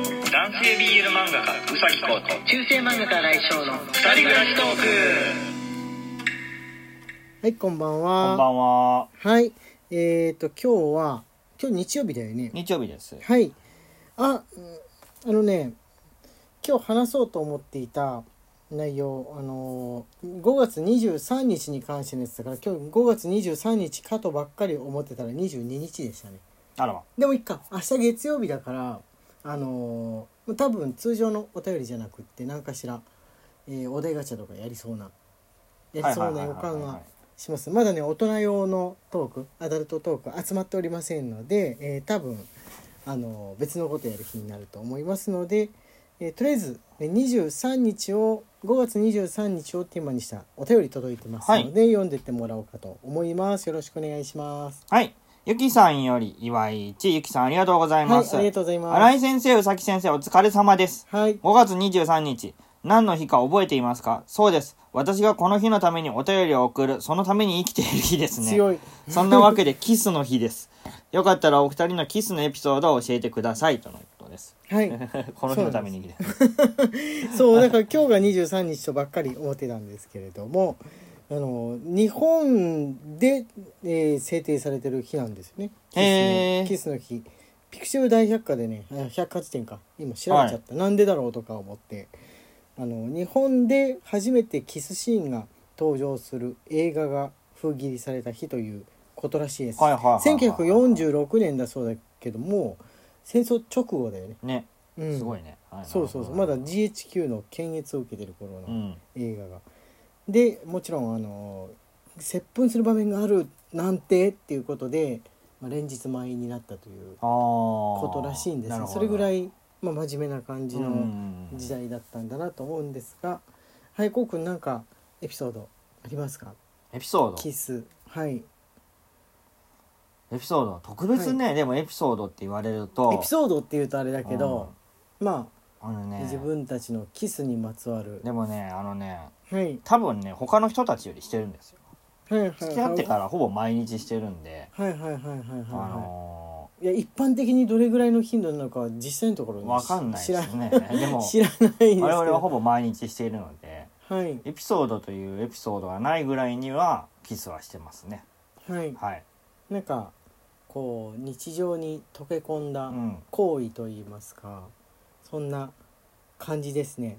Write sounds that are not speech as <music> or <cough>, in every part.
系 BL 漫画家うさぎこと中世漫画家来翔の二人暮らしトークはいこんばんはこんばんは。はいえっ、ー、と今日は今日日曜日だよね日曜日です。はいあうんあのね今日話そうと思っていた内容あのー5月23日に関してのやつだから今日5月23日かとばっかり思ってたら22日でしたねあらま。でもいっか明日月曜日だからあのー多分通常のお便りじゃなくって何かしら、えーお題ガチャとかやりそうなやりそうな予感がしますまだね大人用のトークアダルトトーク集まっておりませんので、えー多分あのー別のことやる日になると思いますので、えーとりあえずね23日を5月23日をテーマにしたお便り届いてますので、読んでってもらおうかと思いますよろしくお願いしますはい。ゆきさんより岩井一、ゆきさんありがとうございはまいす。ありがとうございます新井先生、うさき先生、お疲れ様です。はい5月23日、何の日か覚えていますかそうです。私がこの日のためにお便りを送る、そのために生きている日ですね。強いそんなわけで、キスの日です。よかったらお二人のキスのエピソードを教えてください、とのことです。 <laughs> はいこの日のために生きている。そうだから今日が23日とばっかり思ってたんですけれどもあの日本で、えー制定されてる日なんですよねキスのへーキスの日ピクシブ大百科でねあ百科事典か今調べちゃった、なんでだろうとか思ってあの日本で初めてキスシーンが登場する映画が封切りされた日ということらしいです、はいはいはいはいはい1946年だそうだけども戦争直後だよね、ね、うんすごいね。はいそうそうそうまだ GHQ の検閲を受けてる頃うのん。映画が、でもちろんあの接吻する場面があるなんてっていうことで、まあ、連日満員になったというこことらしいんですそれぐらいい、まあ、真面目な感じの時代だったんだなと思うんですが、はいこうくんなんかエピソードありますかエピソーキドスはいエピソード特別ね、でもエピソードって言われるとエピソードっていうとあれだけど、まあのあ、ね自分たちのキスにまつわる、でもねあのねはい多分ね他の人たちよりしてるんですよはいはい付き合はっいてからほぼ毎日してるんで、はいはいはいはいはいはい、あのいや一般的にどれぐらいの頻度なのかは実際のところーねわかんない知でらすね <laughs> でも知らないですけど我々はほぼ毎日しているのではいエピソードというエピソードがないぐらいにはキスはしてますねはいはい、なんかこう日常に溶け込んうだん、行為といいますかそんな感じですね、はい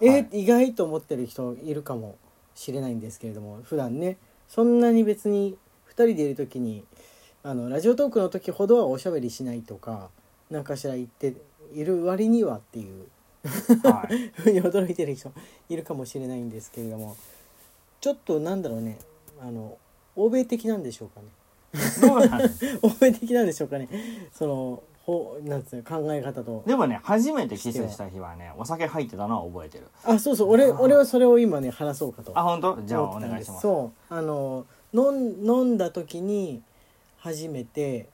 え意外と思ってる人いるかもしれないんですけれども普段ねそんなに別に2人でいる時にあのラジオトークの時ほどはおしゃべりしないとか何かしら言っている割にはっていう <laughs> はい、ふうに驚いてる人いるかもしれないんですけれどもちょっとなんだろうねあの欧米的なんでしょうかね <laughs> どうなんです欧米的なんでしょうかねそのほなんつうの考え方とでもね初めてキスした日はねお酒入ってたのは覚えてるあそうそう俺俺はそれを今ね話そうかとあ本当じゃあ思おってたん願でいしますそうあの飲ん飲んだ時に初めて、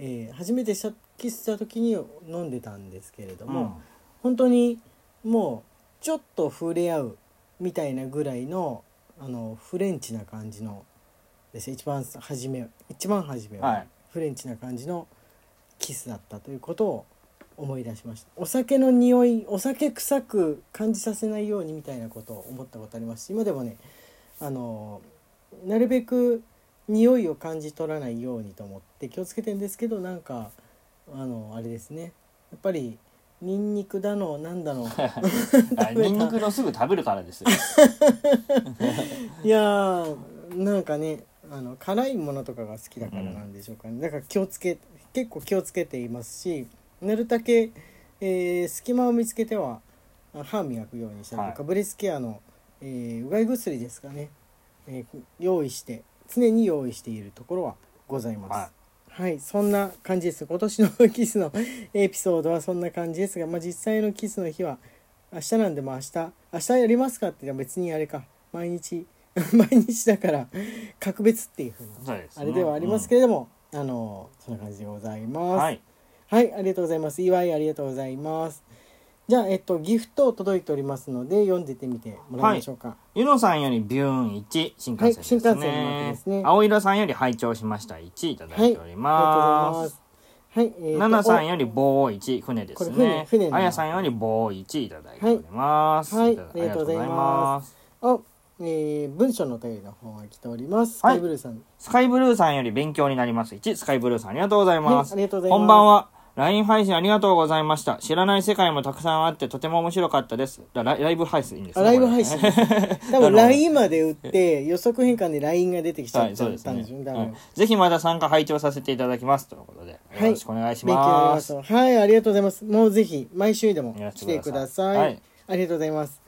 えー初めてしたキスした時に飲んでたんですけれども、本当にもうちょっと触れ合うみたいなぐらいのあのフレンチな感じのですね一番初め一番初めは、はいフレンチな感じのキスだったということを思い出しましたお酒の匂いお酒臭く感じさせないようにみたいなことを思ったことありますし今でもねあのなるべく匂いを感じ取らないようにと思って気をつけてんですけどなんかあのあれですねやっぱりニンニクだのなんだのはい、ニンニクのすぐ食べるからですよいやーなんかねあの辛いものとかが好きだからなんでしょうかね、だから気をつけ結構気をつけていますしなるだけ、えー隙間を見つけてはあ歯磨くようにしたりとか、はブレスケアの、えーうがい薬ですかね、えー用意して常に用意しているところはございます。ははい、そんな感じです。今年のキスのエピソードはそんな感じですが、まあ、実際のキスの日は明日なんで、まあ、明日、明日やりますかって、別にあれか、毎日、 <laughs> 毎日だから、格別っていうふうな、そうですあね、れではありますけれども、あの、そんな感じでございうんます。は、いはい、ありがとうございます。岩井ありがとうございます。じゃあ、えっと、ギフト届いておりますので、読んでってみてもらいましょうか。ゆのさんよりビューン1新はい幹線ですね,、新幹線のマークですね青色さんより拝聴しました1いただいておりありがとうございまますす。はい、えーとナナさんより棒1、船ですこれ船ね。船にあやさんより棒1いただいております。はいただ。ありがとうございますおおえー文章のお便りの方が来ております。スはカいイブルーさん。スカイブルーさんより勉強になります。1、スカイブルーさんありがとうございます。はいありがとうございますこんばんは。LINE 配信ありがとうございました。知らない世界もたくさんあってとても面白かったです。だライライブ配信ですあね。ライブこれ配ね信ですね。多分 LINE まで打って予測変換で LINE が出てきちゃはっい、たそんうでですすね。よ。多分はいぜひまた参加拝聴させていただきますとのことで、よはいろしくお願いし勉強になりま。ますすはい、ありがとうございます。もうぜひ毎週でもやらせ来ててくくだだささいい。はいありがとうございます。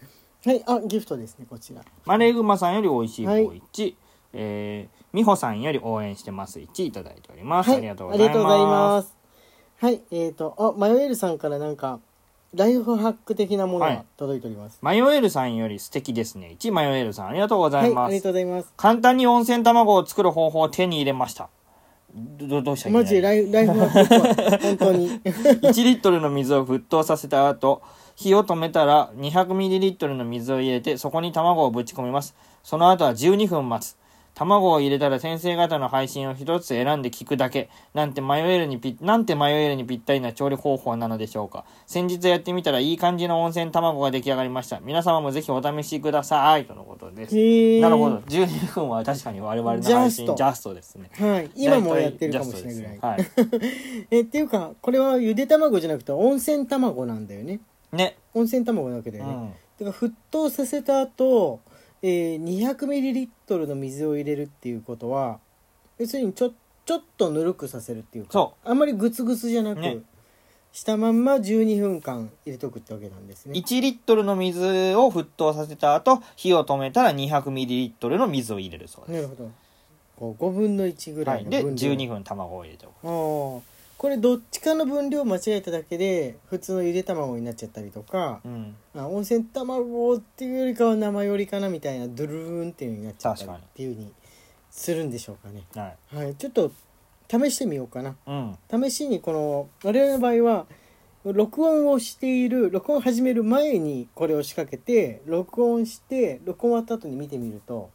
はい、あ、ギフトですね、こちら。マレーグマさんより美味しい棒1、えー、美穂さんより応援してます1いただいております。はい、ありがとうございます。す。はい、えっ、と、あ、マヨエルさんからなんか、ライフハック的なものはいが届いております。マヨエルさんより素敵ですね。1マヨエルさんありがとうござはいい、まあす。りがとうございます。簡単に温泉卵を作る方法を手に入れました。どどどうしたらいマいんジでだライフライフハックっぽい本当に。 1リットルの水を沸騰させた後火を止めたら200ミリリットルの水を入れてそこに卵をぶち込みますその後は12分待つ卵を入れたら先生方の配信を一つ選んで聞くだけなんて迷えるにぴなんて迷えるにぴったりな調理方法なのでしょうか先日やってみたらいい感じの温泉卵が出来上がりました皆様もぜひお試しくださいとのことです、へー <laughs> なるほど12分は確かに我々のジャ配信ストジャストですねはい、今もやってるかもしれないぐらい。大体ジャストですねえ、っていうか、これはゆで卵じゃなくて温泉卵なんだよね。はいね、温泉卵なわけだうよね。んだから沸騰させた後、えー、200ミリリットルの水を入れるっていうことは要するにちょちょっとぬるくさせるっていうかそあんまりグツグツじゃなく、ねしたまんま12分間入れとくってわけなんですね1リットルの水を沸騰させた後火を止めたら200ミリリットルの水を入れるそうなでるす、ほどこう5分の1ぐはらいい、ので分量、 12分卵を入れておくあーこれどっちかの分量間違えただけで普通のゆで卵になっちゃったりとか、うんあ温泉卵っていうよりかは生よりかなみたいなドゥルーンっていうのになっちゃったり確かにっていうふうにするんでしょうかねはいはい、ちょっと試してみようかなうん試しにこの我々の場合は録音をしている録音を始める前にこれを仕掛けて録音して録音終わった後に見てみると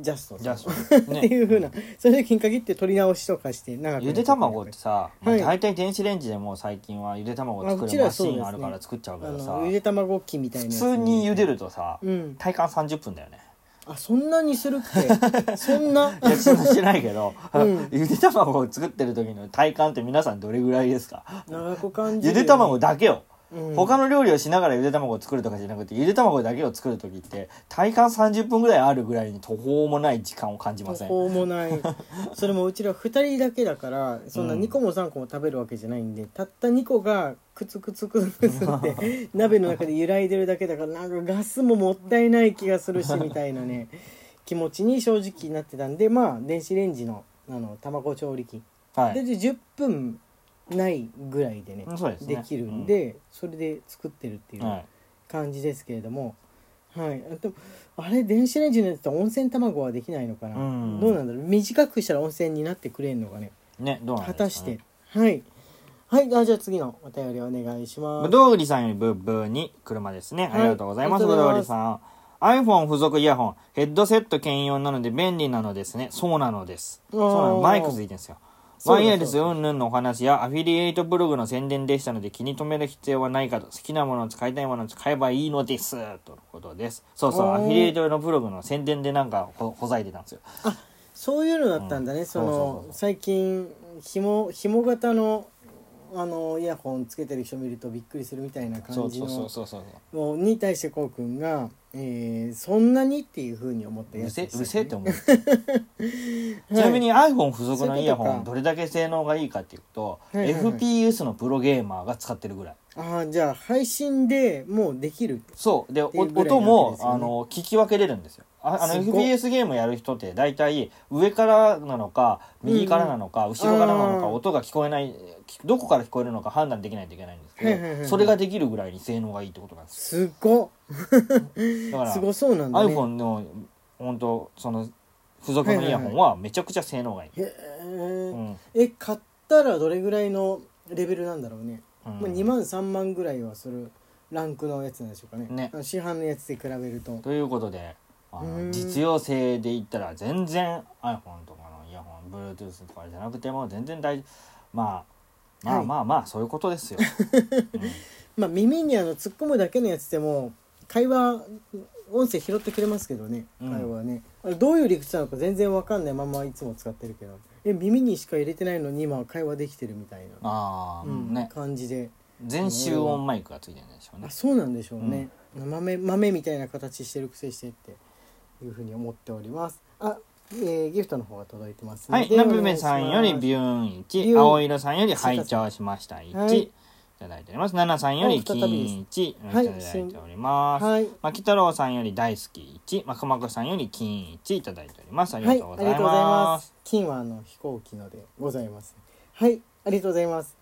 ジャストじゃあそ <laughs> うっですねていう風な、その時に限って取り直しとかして長くゆで卵ってさ、まあはい大体電子レンジでもう最近はゆで卵をあう作ちるらマはシそうですねーンあるから作っちゃうけあどさ、のゆで卵機みたいな普やつ通にゆでるとさ、うん体感30分だよね <laughs> あそんなにするってそんないやそんなしないけど、うん <laughs> ゆで卵を作ってる時の体感って皆さんどれぐらいですか長く感じゆるよねで卵だけようん他の料理をしながらゆで卵を作るとかじゃなくてゆで卵だけを作る時って体感30分ぐらいあるぐらいに途方もない時間を感じません途方もないそれもうちら2人だけだからそんなうん2個も3個も食べるわけじゃないんで、たった2個がくつくつくつくつって <laughs> 鍋の中で揺らいでるだけだからなんかガスももったいない気がするしみたいなね気持ちに正直になってたんでまあ電子レンジのあの卵調理器はでい、 10分ないぐらいでねうんそうですねできるんで、それで作ってるっていうは感じですけれども、はい、あでもあれ電子レンジのやつと温泉卵はできないのかな、うんどうなんだろう短くしたら温泉になってくれんのかねい、ねどうなん果ですか、たね、して、はいはいあじゃあ次のお便りお願いしますぶどう売りさんよりブーブーに車ですはね、いありがとうございますあぶりがとどううご売ざいりますさん iPhone 付属イヤホンヘッドセット兼用なので便利なのですねそうなのですあーそうなのマイクついてんですよそうワだイヤレスうんぬんのお話やアフィリエイトブログの宣伝でしたので気に留める必要はないかと好きなものを使いたいものを使えばいいのですとのことですそうそうおーアフィリエイトのブログの宣伝でなんかほほざいてたんですよそういうのだったんだね、うんそのそうそうそうそう最近紐紐型のあのイヤホンつけてる人見るとびっくりするみたいなそ感うじそうそうのそうそうもうに対してこうくんが、えーそんなにっていうふうに思ったうやるつでせしたうねるせえって思 <laughs> うちなみに iPhone 付属のイヤホそういうンことどれだけ性能がいいかっていうとはいはいはい FPS のプロゲーマーが使ってるぐらいああじゃあ配信でもうできるそうでおっていうぐらいな音わけもですよねあの聞き分けれるんですよああのすごっ FPS ゲームやる人って大体上からなのか右からなのか後ろからなのあーか音が聞こえないきどこから聞こえるのか判断できないといけないんですはいはいはいはけどいそれができるぐらいに性能がいいってことなんですすっごよだからすごそうなんだね iPhone の本当その付属のイヤホンはめちゃくちゃ性能がいいへえ、うんえ買ったらどれぐらいのレベルなんだろうね、うんまあ、2万3万ぐらいはするランクのやつなんでしょうかねねあの市販のやつで比べるとということであうーのん実用性で言ったら全然 iPhone とかのイヤホン Bluetooth とかじゃなくても全然大まあまはあいまあまあそういうこ <laughs> とですよまあ耳にあの突っ込むだけのやつでも会話音声拾ってくれますけどねうん会話ね、あれどういう理屈なのか全然わかんないままいつも使ってるけどえ耳にしか入れてないのに今は会話できてるみたいな、ああ、うんね感じで全集音マイクがついてるんでしょうねあそうなんでしょうね、豆豆みたいな形してるくせしてっていうふうに思っておりますあ、えー、ギフトの方が届いてますのはでい、ナブメさんよりビュューンビュー1、ン青色さんより拝聴しました1、、はいいただいております。ナナさんより金はい再び1、いただはいいております。はいマキ太郎さんより大好き1、マクマクさんより金1いただいております。ありはがいとうあごりざがいとうございまますす。金はあの飛行機のでございますはいありがとうございます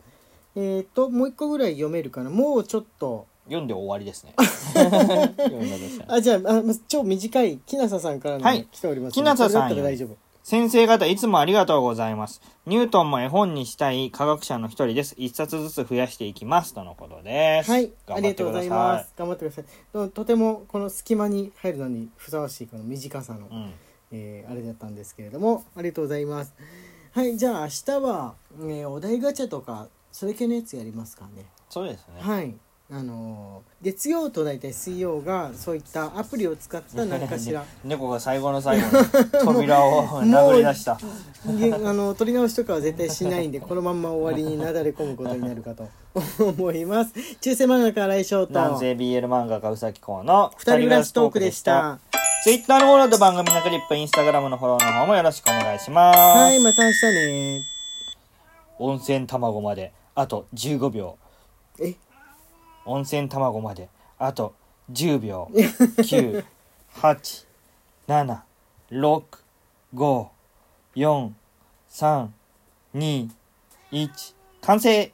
えー、っともう一個ぐらい読めるかなもうちょっと読んで終わりですね。読んだとしたらあじゃああま超短いきなささんからの、はい来ておりますきなささこれだっんたら大丈夫先生方いつもありがとうございます。ニュートンも絵本にしたい科学者の一人です。一冊ずつ増やしていきます。とのことです。はい、あ頑りが張ってとうくごだざさい。います。頑張ってください。ととてもこの隙間に入るのにふさわしいこの短さの、うん。えーあれだったんですけれども、ありがとうございます。はい、じゃあ明日は、えーお題ガチャとかそれ系のやつやりますかね。そうですね。はい。あのー月曜と大体水曜がそういったアプリを使った何かしら <laughs> 猫が最後の最後に <laughs> 扉を殴り出したい <laughs> やあの取り直しとかは絶対しないんでこのまんま終わりになだれ込むことになるかと <laughs> 思います中世漫画家来翔と南西 BL 漫画家うさきこうの二人暮らしトークでした。 Twitter のフォローと番組のクリップ Instagram のフォローの方もよろしくお願いします、はい、また明日ね。温泉卵まであと15秒え温泉卵まであと10秒9 8 7 6 5 4 3 2 1完成